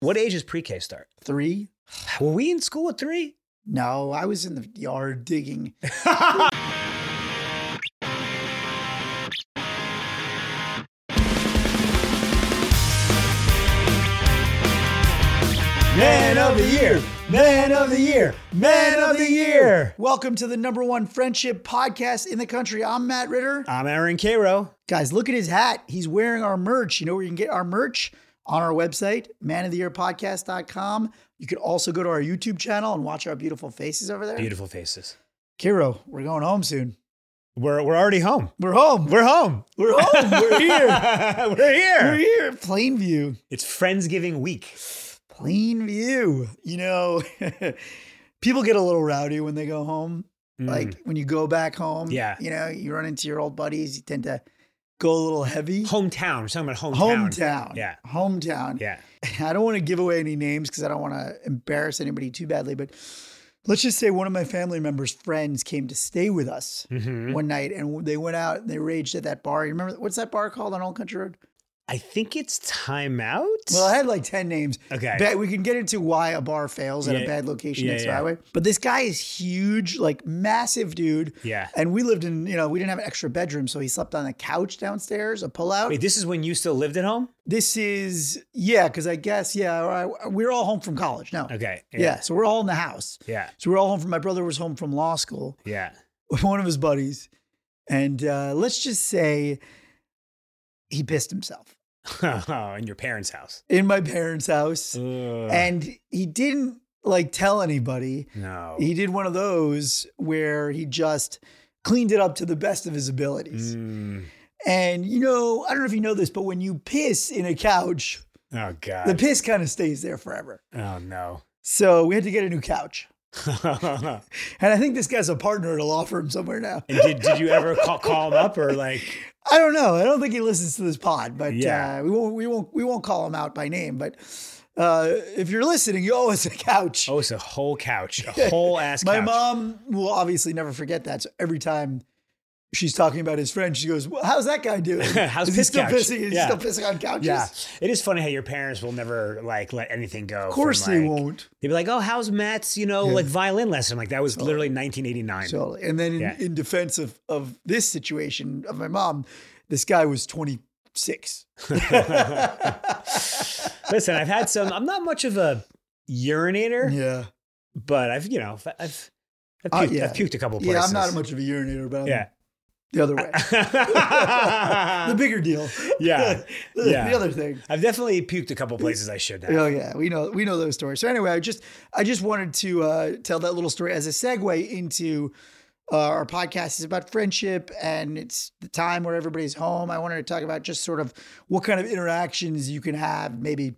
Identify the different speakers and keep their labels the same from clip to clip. Speaker 1: What age does pre-K start?
Speaker 2: Three?
Speaker 1: Were we in school at three?
Speaker 2: No, I was in the yard digging.
Speaker 1: Man of the year, man of the year, man of the year.
Speaker 2: Welcome to the number one friendship podcast in the country. I'm Matt Ritter.
Speaker 1: I'm Aaron Cairo.
Speaker 2: Guys, look at his hat. He's wearing our merch. You know where you can get our merch? On our website, manoftheyearpodcast.com. You can also go to our YouTube channel and watch our beautiful faces over there.
Speaker 1: Beautiful faces.
Speaker 2: Kiro, we're going home soon.
Speaker 1: We're we're already home.
Speaker 2: We're home.
Speaker 1: We're home.
Speaker 2: We're home. We're here.
Speaker 1: we're
Speaker 2: We're
Speaker 1: here.
Speaker 2: here. Plainview.
Speaker 1: It's Friendsgiving week.
Speaker 2: Plainview. You know, people get a little rowdy when they go home.
Speaker 1: Like
Speaker 2: like when you go back home
Speaker 1: Mm. Yeah.
Speaker 2: you know you run into your old buddies you tend to go a little heavy
Speaker 1: Mm. hometown. We're talking about hometown.
Speaker 2: hometown
Speaker 1: Yeah.
Speaker 2: hometown
Speaker 1: Yeah.
Speaker 2: i don't want to give away any names because i don't want to embarrass anybody too badly but let's just say one of my family members friends came to stay with us
Speaker 1: Mhm.
Speaker 2: one night and they went out and they raged at that bar you remember what's that bar called on old country road
Speaker 1: I think it's timeout.
Speaker 2: well i had like 10 names
Speaker 1: okay.
Speaker 2: Bad, we can get into why a bar fails at
Speaker 1: Yeah.
Speaker 2: a bad location
Speaker 1: Yeah,
Speaker 2: next to
Speaker 1: yeah.
Speaker 2: the highway. But this guy is huge, like massive dude.
Speaker 1: yeah.
Speaker 2: And we lived in, you know, we didn't have an extra bedroom, so he slept on the couch downstairs, a pullout.
Speaker 1: Wait, this is when you still lived at home?
Speaker 2: This is, yeah, because I guess, yeah, I, we're all home from college now.
Speaker 1: Okay.
Speaker 2: Yeah. so we're all in the house.
Speaker 1: Yeah.
Speaker 2: So we're all home from, my brother was home from law school
Speaker 1: Yeah.
Speaker 2: with one of his buddies. And uh, let's just say he pissed himself
Speaker 1: yeah. Oh, In your parents' house.
Speaker 2: in my parents' house.
Speaker 1: Ugh.
Speaker 2: And he didn't like tell anybody.
Speaker 1: no.
Speaker 2: He did one of those where he just cleaned it up to the best of his abilities.
Speaker 1: Mm.
Speaker 2: And you know, I don't know if you know this, but when you piss in a couch,
Speaker 1: Oh
Speaker 2: the
Speaker 1: God.
Speaker 2: piss kind of stays there forever.
Speaker 1: oh no.
Speaker 2: So we had to get a new couch.
Speaker 1: and
Speaker 2: And I think this guy's a partner at a law firm somewhere now.
Speaker 1: did, did you ever call, call him up or like?
Speaker 2: I don't know. I don't think he listens to this pod, but
Speaker 1: Yeah.
Speaker 2: uh, we won't we won't we won't call him out by name, but uh, if you're listening, you owe us a couch.
Speaker 1: Oh, it's a whole couch, a whole ass
Speaker 2: My
Speaker 1: couch.
Speaker 2: mom will obviously never forget that. So every time she's talking about his friend, she goes, well, how's that guy doing?
Speaker 1: How's
Speaker 2: Is he
Speaker 1: his
Speaker 2: still
Speaker 1: couch?"
Speaker 2: pissing? Is
Speaker 1: Yeah.
Speaker 2: he still pissing on couches?
Speaker 1: Yeah, it is funny how your parents will never like let anything go.
Speaker 2: Of course
Speaker 1: from,
Speaker 2: they
Speaker 1: like-
Speaker 2: won't.
Speaker 1: They'd be like, "Oh, how's Matt's, you know,
Speaker 2: Yeah.
Speaker 1: like violin lesson?" I'm like that was literally 1989.
Speaker 2: Totally. And then in,
Speaker 1: Yeah.
Speaker 2: in defense of, of this situation of my mom, this guy was 26.
Speaker 1: Listen, I've had some. I'm not much of a urinator,
Speaker 2: Yeah.
Speaker 1: but I've you know I've I've puked,
Speaker 2: Oh, yeah.
Speaker 1: I've puked a couple places.
Speaker 2: Yeah, I'm not much of a urinator, but I'm
Speaker 1: Yeah.
Speaker 2: the other way. the bigger deal.
Speaker 1: yeah.
Speaker 2: the,
Speaker 1: Yeah.
Speaker 2: the other thing.
Speaker 1: I've definitely puked a couple places I should have.
Speaker 2: Oh yeah, we know we know those stories. So anyway, I just I just wanted to uh, tell that little story as a segue into uh, our podcast is about friendship and it's the time where everybody's home. I wanted to talk about just sort of what kind of interactions you can have, maybe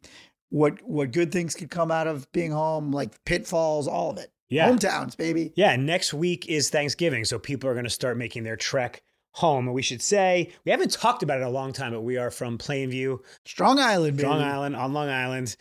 Speaker 2: what what good things could come out of being home, like pitfalls, all of it.
Speaker 1: Yeah.
Speaker 2: Hometowns, baby.
Speaker 1: Yeah, next week is Thanksgiving, so people are going to start making their trek home. And we should say, we haven't talked about it in a long time, but we are from Plainview,
Speaker 2: Strong Island, baby.
Speaker 1: Long Island, on Long Island.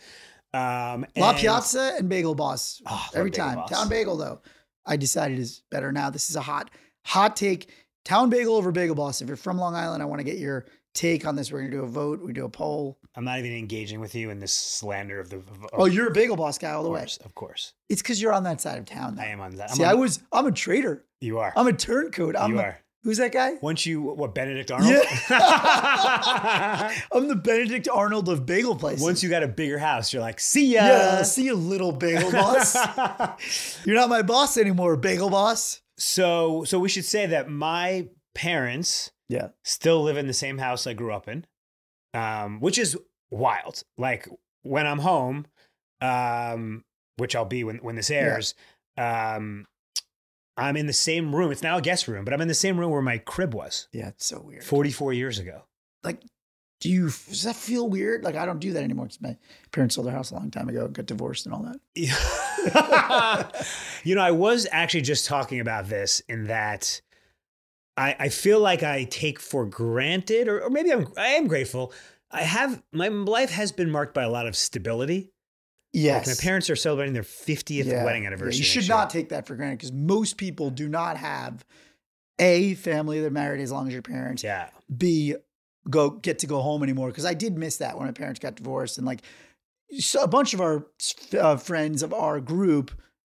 Speaker 1: Um,
Speaker 2: La
Speaker 1: and-
Speaker 2: Piazza and Bagel Boss.
Speaker 1: Oh, I love
Speaker 2: Every
Speaker 1: Bagel
Speaker 2: time.
Speaker 1: Boss.
Speaker 2: Town Bagel, though, I decided is better now. This is a hot, hot take. Town Bagel over Bagel Boss. If you're from Long Island, I want to get your take on this. We're going to do a vote. We do a poll.
Speaker 1: I'm not even engaging with you in this slander of the. Of,
Speaker 2: Oh, you're a Bagel Boss guy all the
Speaker 1: of
Speaker 2: way.
Speaker 1: course, of course.
Speaker 2: It's because you're on that side of town. Though.
Speaker 1: I am on that. I'm
Speaker 2: See,
Speaker 1: on-
Speaker 2: I was, I'm a traitor.
Speaker 1: you are.
Speaker 2: I'm a turncoat. I'm
Speaker 1: you
Speaker 2: a-
Speaker 1: are.
Speaker 2: Who's that guy?
Speaker 1: Once you, what, Benedict Arnold?
Speaker 2: I'm the Benedict Arnold of bagel places.
Speaker 1: Once you got a bigger house, you're like, see ya.
Speaker 2: yeah, see you, little Bagel Boss. you're not my boss anymore, Bagel Boss.
Speaker 1: so, so we should say that my parents
Speaker 2: Yeah.
Speaker 1: still live in the same house I grew up in, um, which is wild. Like when I'm home, um, which I'll be when when this airs, um, I'm in the same room. It's now a guest room, but I'm in the same room where my crib was
Speaker 2: Yeah, it's so weird.
Speaker 1: 44 years ago.
Speaker 2: like do you does that feel weird like i don't do that anymore 'cause my parents sold their house a long time ago got divorced and all that
Speaker 1: you know, I was actually just talking about this in that I, I feel like I take for granted, or, or maybe I'm I am grateful. I have my life has been marked by a lot of stability.
Speaker 2: yes
Speaker 1: Like my parents are celebrating their 50th
Speaker 2: Yeah.
Speaker 1: wedding
Speaker 2: Yeah,
Speaker 1: anniversary.
Speaker 2: you
Speaker 1: next
Speaker 2: should
Speaker 1: year.
Speaker 2: not take that for granted because most people do not have a family they're married as long as your parents
Speaker 1: Yeah.
Speaker 2: b go get to go home anymore because i did miss that when my parents got divorced and like so a bunch of our uh, friends of our group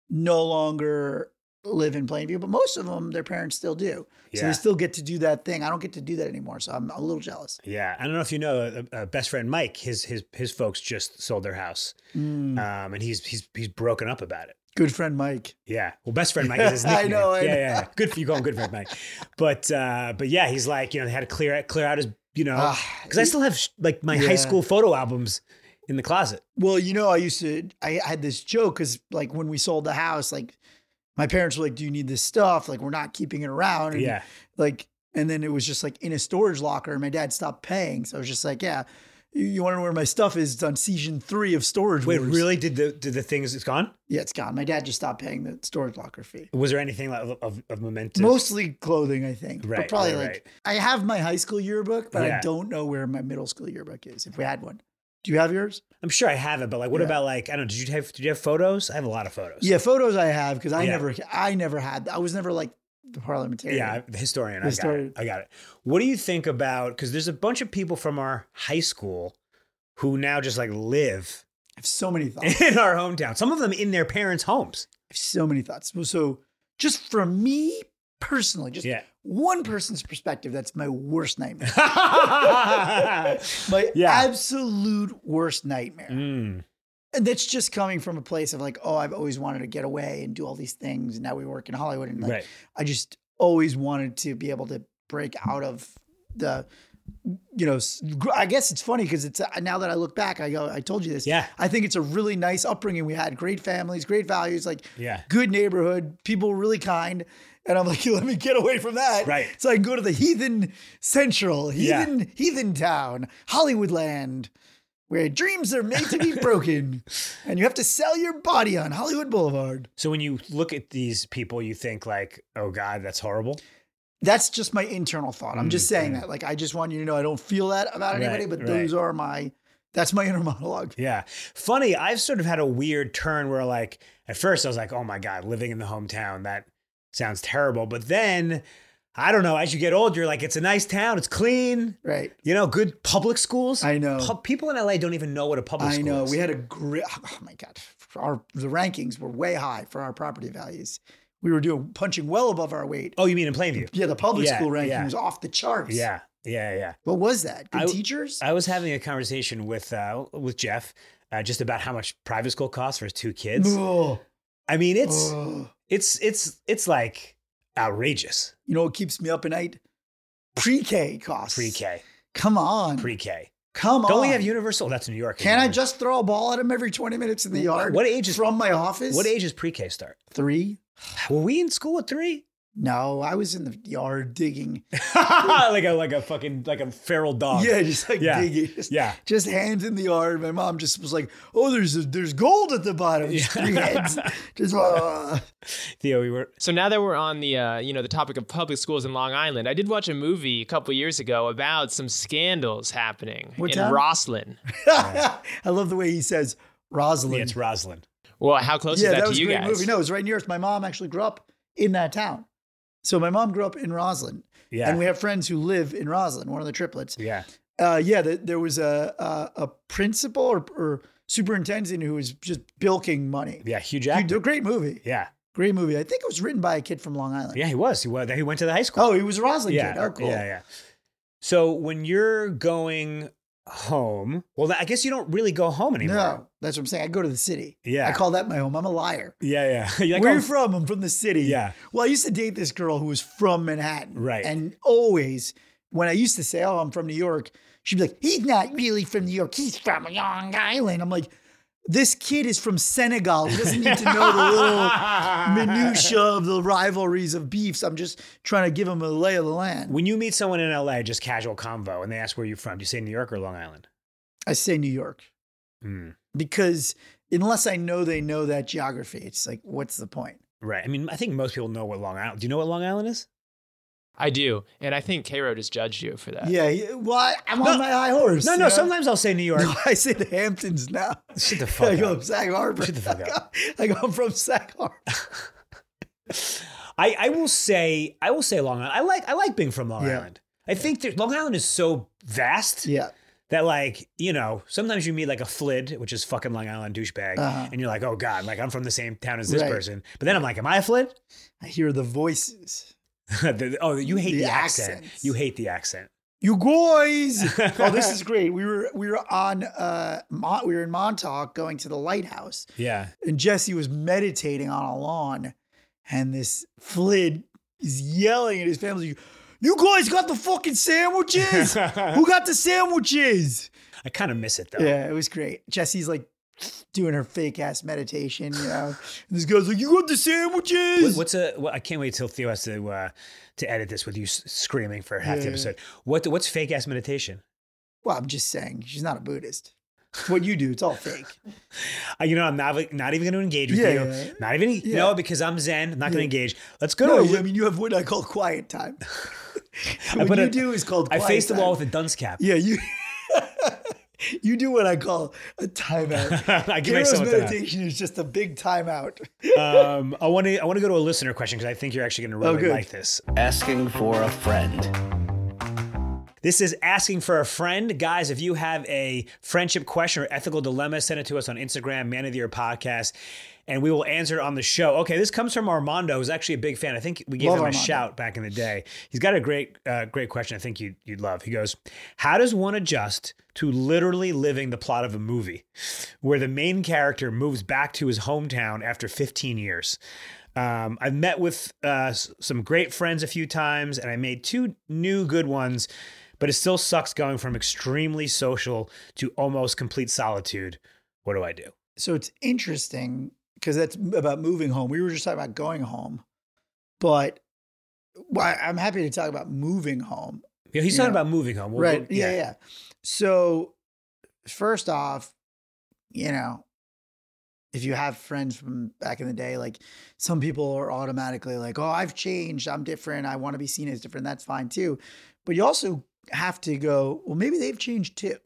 Speaker 2: no longer live in Plainview, but most of them, their parents still do. So
Speaker 1: Yeah.
Speaker 2: they still get to do that thing. I don't get to do that anymore. So I'm a little jealous.
Speaker 1: Yeah, I don't know if you know, uh, uh, best friend Mike, his his his folks just sold their house,
Speaker 2: Mm.
Speaker 1: um, and he's he's he's broken up about it.
Speaker 2: Good friend Mike.
Speaker 1: Yeah, well, best friend Mike is his
Speaker 2: I
Speaker 1: nickname.
Speaker 2: know, I
Speaker 1: yeah,
Speaker 2: know.
Speaker 1: yeah, yeah. good for you, going good friend Mike. But uh, but yeah, he's like you know they had to clear out- clear out his you know
Speaker 2: Ah,
Speaker 1: because Oh, I still have sh- like my
Speaker 2: Yeah.
Speaker 1: high school photo albums in the closet.
Speaker 2: Well, you know, I used to, I had this joke because, like, when we sold the house, like, my parents were like, "Do you need this stuff? Like, we're not keeping it around." And,
Speaker 1: Yeah,
Speaker 2: Like, and then it was just like in a storage locker, and my dad stopped paying, so I was just like, "Yeah, you, you want to know where my stuff is? It's on season three of Storage
Speaker 1: wait,
Speaker 2: Wars."
Speaker 1: really? Did the did the things it's gone?
Speaker 2: Yeah, it's gone. My dad just stopped paying the storage locker fee.
Speaker 1: Was there anything like of of, of momentous?
Speaker 2: Mostly clothing, I think. but
Speaker 1: Right,
Speaker 2: probably
Speaker 1: right,
Speaker 2: like
Speaker 1: right.
Speaker 2: I have my high school yearbook, but I
Speaker 1: Yeah.
Speaker 2: don't know where my middle school yearbook is. If we had one, do you have yours?
Speaker 1: I'm sure I have it, but like, what
Speaker 2: Yeah.
Speaker 1: about like I don't know? Did you have did you have photos? I have a lot of photos.
Speaker 2: Yeah, photos I have because I
Speaker 1: Yeah.
Speaker 2: never, I never had. I was never like the parliamentarian.
Speaker 1: Yeah, the historian. I got
Speaker 2: Historian.
Speaker 1: it. I got it. What do you think about? Because there's a bunch of people from our high school who now just like live
Speaker 2: I have so many thoughts. I
Speaker 1: in our hometown. Some of them in their parents' homes.
Speaker 2: have so many thoughts. Well, So, just from me personally, just
Speaker 1: Yeah.
Speaker 2: one person's perspective, that's my worst nightmare.
Speaker 1: mm.
Speaker 2: my
Speaker 1: Yeah. Mm.
Speaker 2: absolute worst nightmare. And that's just coming from a place of like, oh, I've always wanted to get away and do all these things. And now we work in Hollywood. And like,
Speaker 1: Right.
Speaker 2: I just always wanted to be able to break out of the, you know, s- gr- I guess it's funny because it's uh, now that I look back, I go, I told you this.
Speaker 1: Yeah.
Speaker 2: I think it's a really nice upbringing. We had great families, great values, like
Speaker 1: Yeah.
Speaker 2: good neighborhood, people really kind. And I'm like, let me get away from that.
Speaker 1: Right.
Speaker 2: So I can go to the heathen central,
Speaker 1: Yeah.
Speaker 2: heathen, heathen town, Hollywood land, where dreams are made to be broken and you have to sell your body on Hollywood Boulevard.
Speaker 1: So when you look at these people, you think like, "Oh God, that's horrible."
Speaker 2: That's just my internal thought. I'm just
Speaker 1: Mm,
Speaker 2: saying
Speaker 1: mm.
Speaker 2: that. Like, I just want you to know I don't feel that about
Speaker 1: Right,
Speaker 2: anybody, but
Speaker 1: right.
Speaker 2: those are my, that's my inner monologue.
Speaker 1: Yeah. Funny, I've sort of had a weird turn where like at first I was like, "Oh my god, living in the hometown, that sounds terrible." But then I don't know, as you get older, you're like it's a nice town, it's clean,
Speaker 2: Right.
Speaker 1: you know, good public schools.
Speaker 2: I know.
Speaker 1: Pub- people in LA don't even know what a public
Speaker 2: I
Speaker 1: school
Speaker 2: know.
Speaker 1: is.
Speaker 2: We had a great. Oh my god, our the rankings were way high for our property values. We were doing punching well above our weight.
Speaker 1: oh, you mean in Plainview?
Speaker 2: Yeah, the public
Speaker 1: Yeah,
Speaker 2: school ranking
Speaker 1: yeah.
Speaker 2: was off the charts.
Speaker 1: Yeah. Yeah, yeah.
Speaker 2: what was that? Good
Speaker 1: I- uh,
Speaker 2: teachers.
Speaker 1: I was having a conversation with uh, with Jeff uh, just about how much private school costs for his two kids.
Speaker 2: Ugh.
Speaker 1: I mean, it's
Speaker 2: Ugh.
Speaker 1: it's it's it's like outrageous.
Speaker 2: you know what keeps me up at night? Pre-K costs.
Speaker 1: Pre-K,
Speaker 2: Come on.
Speaker 1: pre-K.
Speaker 2: Come on.
Speaker 1: Don't we have universal? That's New York.
Speaker 2: Can I
Speaker 1: isn't it?
Speaker 2: just throw a ball at him every twenty minutes in the yard?
Speaker 1: What age is
Speaker 2: from my office?
Speaker 1: what age is pre-K start?
Speaker 2: Three.
Speaker 1: Were we in school at three?
Speaker 2: No, I was in the yard digging.
Speaker 1: like a like a fucking like a feral dog.
Speaker 2: Yeah, just like
Speaker 1: Yeah.
Speaker 2: digging. Just
Speaker 1: Yeah.
Speaker 2: just hands in the yard. My mom just was like, "Oh, there's there's gold at the bottom. Just
Speaker 1: Yeah.
Speaker 2: three heads. Just uh,
Speaker 1: Theo, we were
Speaker 3: So now that we're on the uh, you know the topic of public schools in Long Island, I did watch a movie a couple years ago about some scandals happening
Speaker 2: What
Speaker 3: in
Speaker 2: town?
Speaker 3: Roslyn.
Speaker 2: I love the way he says Rosalind.
Speaker 1: yeah, it's Roslyn.
Speaker 3: Well, how close
Speaker 2: Yeah,
Speaker 3: is that,
Speaker 2: that
Speaker 3: to
Speaker 2: was a
Speaker 3: you
Speaker 2: great
Speaker 3: guys?
Speaker 2: movie. No, it was right near us. My mom actually grew up in that town. So my mom grew up in Roslyn,
Speaker 1: Yeah.
Speaker 2: and we have friends who live in Roslyn. One of the triplets.
Speaker 1: yeah.
Speaker 2: Uh, yeah, the, there was a a, a principal or, or superintendent who was just bilking money.
Speaker 1: Yeah. Hugh
Speaker 2: Dude,
Speaker 1: Jackman.
Speaker 2: great movie.
Speaker 1: Yeah.
Speaker 2: Great movie. I think it was written by a kid from Long Island.
Speaker 1: Yeah, he was. He was he went to the high school.
Speaker 2: Oh, he was a Roslyn
Speaker 1: yeah.
Speaker 2: kid. Oh, cool.
Speaker 1: Yeah, yeah. So when you're going home, well, I guess you don't really go home anymore.
Speaker 2: No, that's what I'm saying. I go to the city.
Speaker 1: Yeah.
Speaker 2: I call that my home. I'm a liar.
Speaker 1: Yeah, yeah. You're like,
Speaker 2: Where
Speaker 1: oh,
Speaker 2: you from? I'm from the city.
Speaker 1: Yeah.
Speaker 2: Well, I used to date this girl who was from Manhattan.
Speaker 1: Right.
Speaker 2: And always, when I used to say, oh, I'm from New York, she'd be like, he's not really from New York. He's from Long Island. I'm like, this kid is from Senegal. He doesn't need to know the little minutia of the rivalries of beefs. I'm just trying to give him a lay of the land.
Speaker 1: When you meet someone in LA, just casual convo, and they ask where you're from, do you say New York or Long Island?
Speaker 2: I say New York
Speaker 1: Mm.
Speaker 2: because unless I know they know that geography, it's like, what's the point?
Speaker 1: Right. I mean, I think most people know what Long Island. Do you know what Long Island is?
Speaker 3: I do, and I think Cairo just judged you for that.
Speaker 2: Yeah, he- well, I, I'm
Speaker 1: No,
Speaker 2: on my high horse.
Speaker 1: No,
Speaker 2: you
Speaker 1: no.
Speaker 2: know?
Speaker 1: Sometimes I'll say New York.
Speaker 2: No, I say the Hamptons now.
Speaker 1: Shut the
Speaker 2: I
Speaker 1: fuck
Speaker 2: go
Speaker 1: up.
Speaker 2: Sag Harbor.
Speaker 1: Shut the fuck up.
Speaker 2: I go, I'm from Sag Harbor.
Speaker 1: I, I will say I will say Long Island. I like I like being from Long
Speaker 2: Yeah.
Speaker 1: Island. I think there, Long Island is so vast
Speaker 2: Yeah,
Speaker 1: that like you know sometimes you meet like a flid, which is fucking Long Island douchebag,
Speaker 2: Uh-huh.
Speaker 1: and you're like, oh god, like I'm from the same town as this
Speaker 2: Right.
Speaker 1: person. But then I'm like, am I a flid?
Speaker 2: I hear the voices.
Speaker 1: The- oh, you hate the,
Speaker 2: The
Speaker 1: accent.
Speaker 2: accents.
Speaker 1: You hate the accent.
Speaker 2: You guys. oh, this is great. We were we were on uh Mon- we were in Montauk going to the lighthouse,
Speaker 1: yeah.
Speaker 2: and Jesse was meditating on a lawn, and this Flid is yelling at his family. You guys got the fucking sandwiches. Who got the sandwiches?
Speaker 1: I kind of miss it though.
Speaker 2: Yeah, it was great. Jesse's like doing her fake ass meditation, you know. And this guy's like, "You got the
Speaker 1: What-
Speaker 2: sandwiches."
Speaker 1: What's a? What, I can't wait till Theo has to uh, to edit this with you s- screaming for half the
Speaker 2: Yeah.
Speaker 1: episode. What what's fake ass meditation?
Speaker 2: Well, I'm just saying, she's not a Buddhist. It's what you do. It's all fake.
Speaker 1: Uh, you know, I'm not not even going to engage with
Speaker 2: Yeah,
Speaker 1: you.
Speaker 2: yeah.
Speaker 1: Not even
Speaker 2: Yeah.
Speaker 1: no, because I'm Zen. I'm not going to
Speaker 2: Yeah.
Speaker 1: engage. Let's go.
Speaker 2: No,
Speaker 1: to,
Speaker 2: I mean you have what I call quiet time. what
Speaker 1: put
Speaker 2: you
Speaker 1: a-
Speaker 2: do is called.
Speaker 1: I
Speaker 2: Quiet
Speaker 1: faced the wall
Speaker 2: time.
Speaker 1: with a dunce cap.
Speaker 2: Yeah, you. you do what I call a timeout.
Speaker 1: I give
Speaker 2: Hero's
Speaker 1: myself a time.
Speaker 2: meditation is just a big timeout.
Speaker 1: Um, I want to I want to go to a listener question because I think you're actually going to really
Speaker 2: good.
Speaker 1: like this.
Speaker 4: Asking for a friend.
Speaker 1: This is asking for a friend. Guys, if you have a friendship question or ethical dilemma, send it to us on Instagram, Man of the Year Podcast, and we will answer it on the show. Okay, this comes from Armando, who's actually a big fan. I think we gave
Speaker 2: Love
Speaker 1: him
Speaker 2: Armando.
Speaker 1: a shout back in the day. He's got a great, uh, great question I think you'd, you'd love. He goes, How does one adjust to literally living the plot of a movie where the main character moves back to his hometown after 15 years? Um, I've met with uh, s- some great friends a few times, and I made two new good ones, but it still sucks going from extremely social to almost complete solitude. What do I do?
Speaker 2: So it's interesting because that's m- about moving home. We were just talking about going home, but well, I- I'm happy to talk about moving home.
Speaker 1: Yeah, he's
Speaker 2: Yeah.
Speaker 1: talking about moving home. We'll-
Speaker 2: right.
Speaker 1: we'll-
Speaker 2: yeah, yeah, So first off, you know, if you have friends from back in the day, like some people are automatically like, oh, I've changed. I'm different. I want to be seen as different. That's fine too. But you also have to go, well, maybe they've changed too.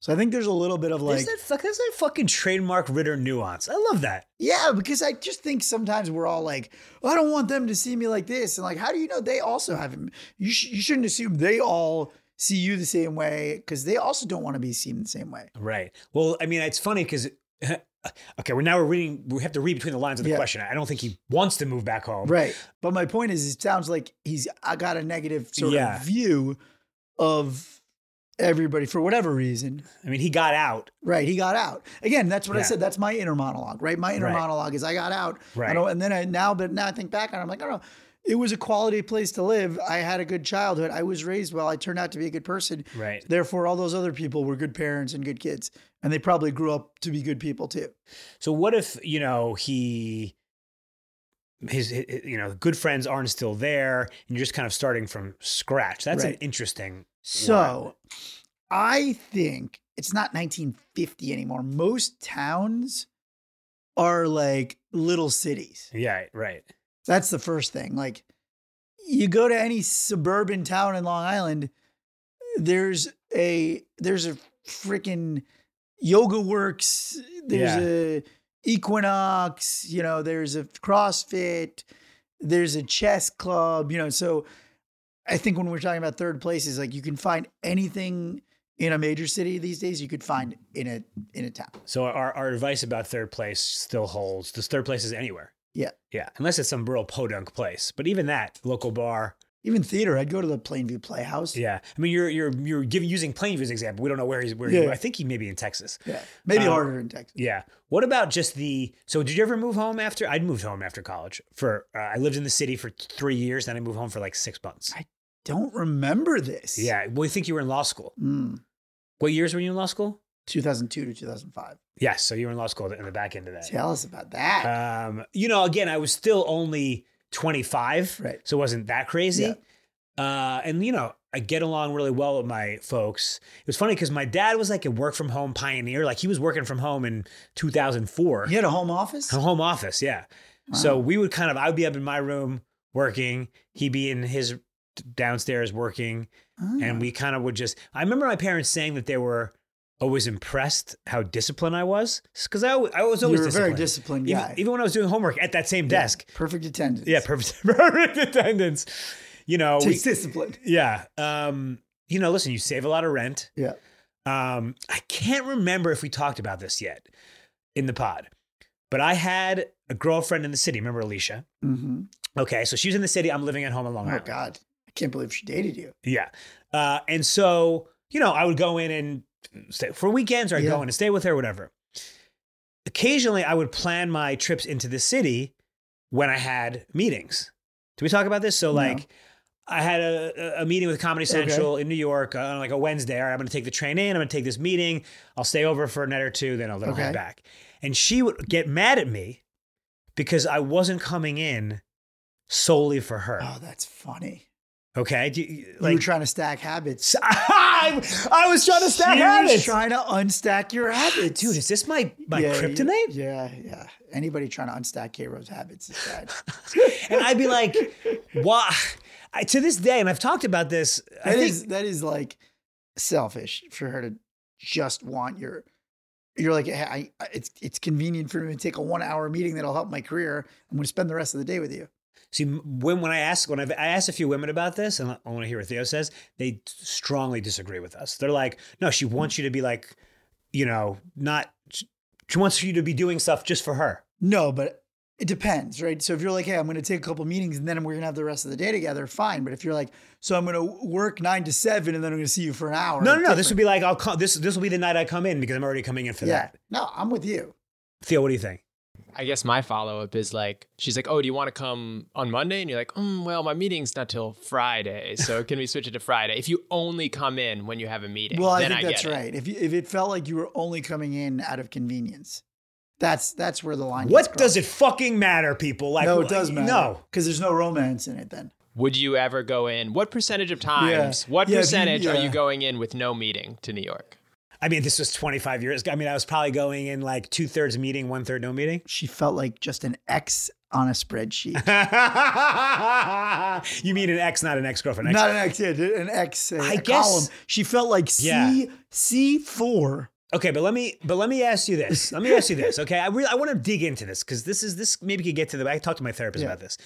Speaker 2: So I think there's a little bit of like,
Speaker 1: There's that, fuck- there's that fucking trademark Ritter nuance. I love that.
Speaker 2: Yeah, because I just think sometimes we're all like, "Oh, I don't want them to see me like this, and like, how do you know they also have him? You sh- you shouldn't assume they all see you the same way because they also don't want to be seen the same way.
Speaker 1: Right. Well, I mean, it's funny because okay, we're now we're reading. We have to read between the lines of the
Speaker 2: Yeah.
Speaker 1: question. I don't think he wants to move back home.
Speaker 2: Right. But my point is, it sounds like he's I got a negative sort
Speaker 1: Yeah.
Speaker 2: of view of everybody for whatever reason.
Speaker 1: I mean, he got out.
Speaker 2: Right. He got out again. That's what I
Speaker 1: Yeah.
Speaker 2: said. That's my inner monologue. Right. My inner
Speaker 1: Right.
Speaker 2: monologue is I got out. I
Speaker 1: Right.
Speaker 2: don't, and then I now, but now I think back on it, I'm like, I don't know. It was a quality place to live. I had a good childhood. I was raised well. I turned out to be a good person.
Speaker 1: Right.
Speaker 2: Therefore, all those other people were good parents and good kids. And they probably grew up to be good people too.
Speaker 1: So what if you know he, his, his- you know good friends aren't still there, and you're just kind of starting from scratch. That's an
Speaker 2: Right.
Speaker 1: interesting.
Speaker 2: So I think it's not 1950 anymore. Most towns are like little cities.
Speaker 1: Yeah. Right.
Speaker 2: That's the first thing. Like, you go to any suburban town in Long Island, there's a there's a freaking yoga works. There's a Equinox. You know, there's a CrossFit. There's a chess club. You know, so I think when we're talking about third places, like you can find anything in a major city these days. You could find in a in a town.
Speaker 1: So our our advice about third place still holds. This third place is anywhere.
Speaker 2: Yeah.
Speaker 1: Yeah. Unless it's some real podunk place, but even that local bar.
Speaker 2: Even theater, I'd go to the Plainview Playhouse.
Speaker 1: Yeah. I mean, you're you're you're giving using Plainview's example. We don't know where he's where. He,
Speaker 2: Yeah.
Speaker 1: I think he may be in Texas.
Speaker 2: Yeah. Maybe
Speaker 1: Um,
Speaker 2: harder in Texas.
Speaker 1: Yeah. What about just the? So, did you ever move home after? I moved home after college. For uh, I lived in the city for three years, then I moved home for like six months.
Speaker 2: Don't remember this.
Speaker 1: Yeah. Well, I think you were in law school.
Speaker 2: Mm,
Speaker 1: What years were you in law school?
Speaker 2: 2002 to 2005.
Speaker 1: Yes. So you were in law school in the back end of that.
Speaker 2: Tell us about that.
Speaker 1: Um, you know, again, I was still only 25,
Speaker 2: Right.
Speaker 1: so it wasn't that crazy.
Speaker 2: Yeah.
Speaker 1: Uh, and you know, I get along really well with my folks. It was funny because my dad was like a work from home pioneer. Like he was working from home in 2004.
Speaker 2: you had a home office?
Speaker 1: A home office, yeah. So we would kind of, I would be up in my room working. He'd be in his downstairs working.
Speaker 2: Oh.
Speaker 1: And we kind of would just, I remember my parents saying that they were always impressed how disciplined I was. Cause I, al- I was
Speaker 2: you
Speaker 1: always
Speaker 2: were a very
Speaker 1: disciplined.
Speaker 2: disciplined
Speaker 1: Even,
Speaker 2: guy.
Speaker 1: even when I was doing homework at that same desk.
Speaker 2: Perfect attendance.
Speaker 1: Yeah, perfect, perfect attendance. You know, we,
Speaker 2: Takes discipline.
Speaker 1: yeah. Um, you know, listen, you save a lot of rent.
Speaker 2: Yeah.
Speaker 1: Um, I can't remember if we talked about this yet in the pod, but I had a girlfriend in the city. Remember Alicia?
Speaker 2: Mm-hmm.
Speaker 1: Okay, so she was in the city. I'm living at home in Long
Speaker 2: Oh
Speaker 1: Island.
Speaker 2: God, I can't believe she dated you.
Speaker 1: Yeah. Uh, and so, you know, I would go in and stay for weekends or I'd
Speaker 2: Yeah.
Speaker 1: go in and stay with her, whatever. Occasionally, I would plan my trips into the city when I had meetings. Did we talk about this? So,
Speaker 2: No.
Speaker 1: like, I had a, a- a meeting with Comedy Central in New York uh, on like a Wednesday. All right, I'm going to take the train in. I'm going to take this meeting. I'll stay over for a night or two, then I'll, then I'll head
Speaker 2: Okay.
Speaker 1: back. And she would get mad at me because I wasn't coming in solely for her.
Speaker 2: Oh, that's funny.
Speaker 1: Okay, Do you,
Speaker 2: Oh. you
Speaker 1: like
Speaker 2: were trying to stack habits.
Speaker 1: I, I was trying to stack
Speaker 2: She was
Speaker 1: habits.
Speaker 2: Trying to unstack your habits,
Speaker 1: Dude, is this my, my
Speaker 2: Yeah,
Speaker 1: kryptonite?
Speaker 2: Yeah, yeah. Anybody trying to unstack K-Ro's habits is bad.
Speaker 1: And I'd be like, why? I, to this day, and I've talked about this, I
Speaker 2: That
Speaker 1: think
Speaker 2: is that is like selfish for her to just want your. You're like, hey, I, I- it's it's convenient for me to take a one hour meeting that'll help my career. I'm going to spend the rest of the day with you.
Speaker 1: See, when when I ask when I've, I asked a few women about this, and I want to hear what Theo says, they strongly disagree with us. They're like, no, she wants you to be like, you know, not. She wants you to be doing stuff just for her.
Speaker 2: No, but it depends, right? So if you're like, hey, I'm going to take a couple meetings and then we're going to have the rest of the day together, fine. But if you're like, so I'm going to work nine to seven and then I'm going to see you for an hour.
Speaker 1: No, no, no. This would be like, I'll come. This this will be the night I come in because I'm already coming in for
Speaker 2: yeah.
Speaker 1: that.
Speaker 2: No, I'm with you.
Speaker 1: Theo, what do you think?
Speaker 3: I guess my follow up is like, she's like, oh, do you want to come on Monday? And you're like, mm, well, my meeting's not till Friday. So can we switch it to Friday? If you only come in when you have a meeting,
Speaker 2: Well, I
Speaker 3: then
Speaker 2: think that's
Speaker 3: get it.
Speaker 2: right. If you, if it felt like you were only coming in out of convenience, that's that's where the line.
Speaker 1: What does it fucking matter, people? Like,
Speaker 2: no, it does matter.
Speaker 1: No,
Speaker 2: because there's no romance in it. Then
Speaker 3: Would you ever go in? What percentage of times,
Speaker 2: Yeah.
Speaker 3: what
Speaker 2: Yeah, if you-
Speaker 3: percentage are
Speaker 2: yeah.
Speaker 3: you going in with no meeting to New York?
Speaker 1: I mean, this was 25 years. ago. I mean, I was probably going in like two thirds meeting, one third no meeting.
Speaker 2: she felt like just an X on a spreadsheet.
Speaker 1: you mean an ex, not an ex girlfriend.
Speaker 2: Not an X, yeah, an X. I
Speaker 1: I guess-
Speaker 2: column. She felt like C
Speaker 1: Yeah.
Speaker 2: C four.
Speaker 1: Okay, but let me but let me ask you this. Let me ask you this. Okay, I really I want to dig into this because this is this maybe could get to the. I talked to my therapist
Speaker 2: Yeah.
Speaker 1: about this.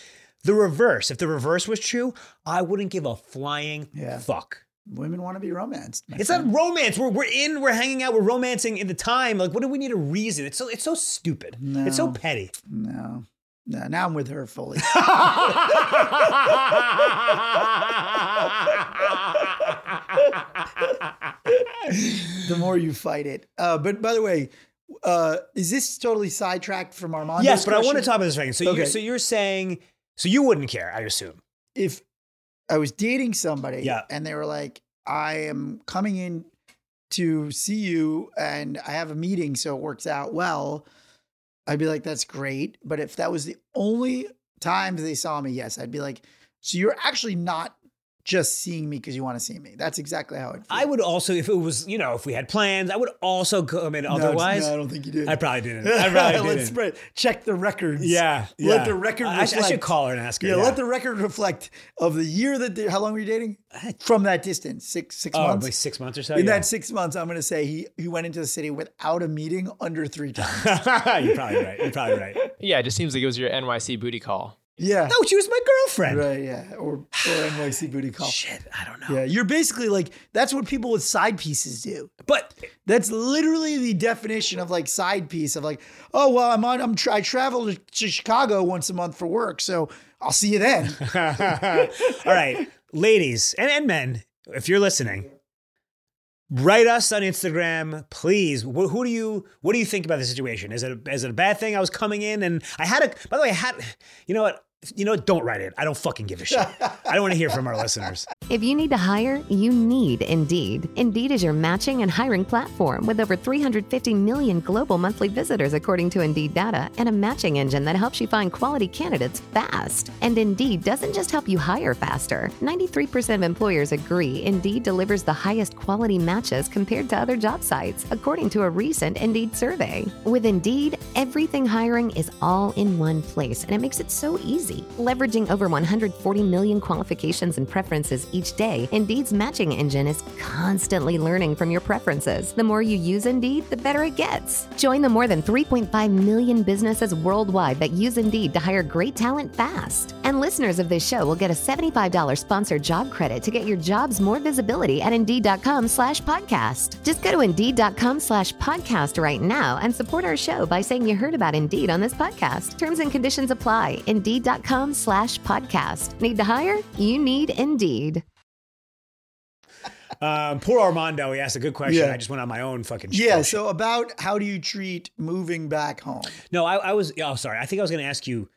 Speaker 1: The reverse. If the reverse was true, I wouldn't give a flying
Speaker 2: Yeah.
Speaker 1: fuck.
Speaker 2: Women want to be romanced. my
Speaker 1: It's
Speaker 2: friend.
Speaker 1: not romance. We're we're in. We're hanging out. We're romancing in the time. Like, what do we need a reason? It's so it's so stupid. It's so
Speaker 2: No.
Speaker 1: petty.
Speaker 2: No. No, now I'm with her fully. the more you fight it. Uh, but by the way, uh, is this totally sidetracked from Armando?
Speaker 1: yes, but I want to talk about this right So,
Speaker 2: Okay.
Speaker 1: you, so you're saying, so you wouldn't care, I assume.
Speaker 2: If I was dating somebody
Speaker 1: Yeah.
Speaker 2: and they were like, I am coming in to see you and I have a meeting, so it works out well, I'd be like, that's great. But if that was the only time they saw me, yes, I'd be like, so you're actually not just seeing me because you want to see me. That's exactly how it
Speaker 1: I would also, if it was, you know, if we had plans, I would also come in. Otherwise,
Speaker 2: I don't think you did.
Speaker 1: I probably didn't. I probably
Speaker 2: Let's
Speaker 1: didn't.
Speaker 2: spread, check the records.
Speaker 1: yeah,
Speaker 2: Let
Speaker 1: yeah.
Speaker 2: the record
Speaker 1: I, I should- I should
Speaker 2: reflect.
Speaker 1: call her and ask her.
Speaker 2: Yeah, let the record reflect of the year that they, how long were you dating? From that distance, six six
Speaker 1: oh,
Speaker 2: months.
Speaker 1: like six months or so.
Speaker 2: In
Speaker 1: yeah.
Speaker 2: that six months, I'm gonna say he he went into the city without a meeting under three times.
Speaker 1: you're probably right. You're probably right.
Speaker 3: Yeah, it just seems like it was your NYC booty call.
Speaker 2: Yeah.
Speaker 1: No, she was my girlfriend.
Speaker 2: Right, yeah. Or or NYC booty call.
Speaker 1: Shit, I don't know.
Speaker 2: Yeah. You're basically like that's what people with side pieces do.
Speaker 1: But
Speaker 2: That's literally the definition of like side piece of like, oh well, I'm on I'm tra- I travel to to Chicago once a month for work, so I'll see you then.
Speaker 1: All right, ladies and, and men, if you're listening, write us on Instagram, please. Wh- who do you what do you think about the situation? Is it a, is it a bad thing? I was coming in and I had a. By the way, I had. You know what? You know what? Don't write it. I don't fucking give a shit. I don't want to hear from our listeners.
Speaker 5: If you need to hire, you need Indeed. Indeed is your matching and hiring platform with over 350 million global monthly visitors, according to Indeed data, and a matching engine that helps you find quality candidates fast. And Indeed doesn't just help you hire faster. 93% of employers agree Indeed delivers the highest quality matches compared to other job sites, according to a recent Indeed survey. With Indeed, everything hiring is all in one place, and it makes it so easy. easy. Leveraging over 140 million qualifications and preferences each day, Indeed's matching engine is constantly learning from your preferences. The more you use Indeed, the better it gets. Join the more than 3.5 million businesses worldwide that use Indeed to hire great talent fast. And listeners of this show will get a $75 sponsored job credit to get your jobs more visibility at Indeed.com slash podcast. Just go to Indeed.com slash podcast right now and support our show by saying you heard about Indeed on this podcast. Terms and conditions apply. Indeed.com slash podcast. Need to hire? You need Indeed.
Speaker 1: Um, poor Armando, he asked a good question.
Speaker 2: Yeah.
Speaker 1: I just went on my own fucking.
Speaker 2: Yeah.
Speaker 1: bullshit.
Speaker 2: So about how do you treat moving back home?
Speaker 1: No, I, I was. Oh, sorry. I think I was going to ask you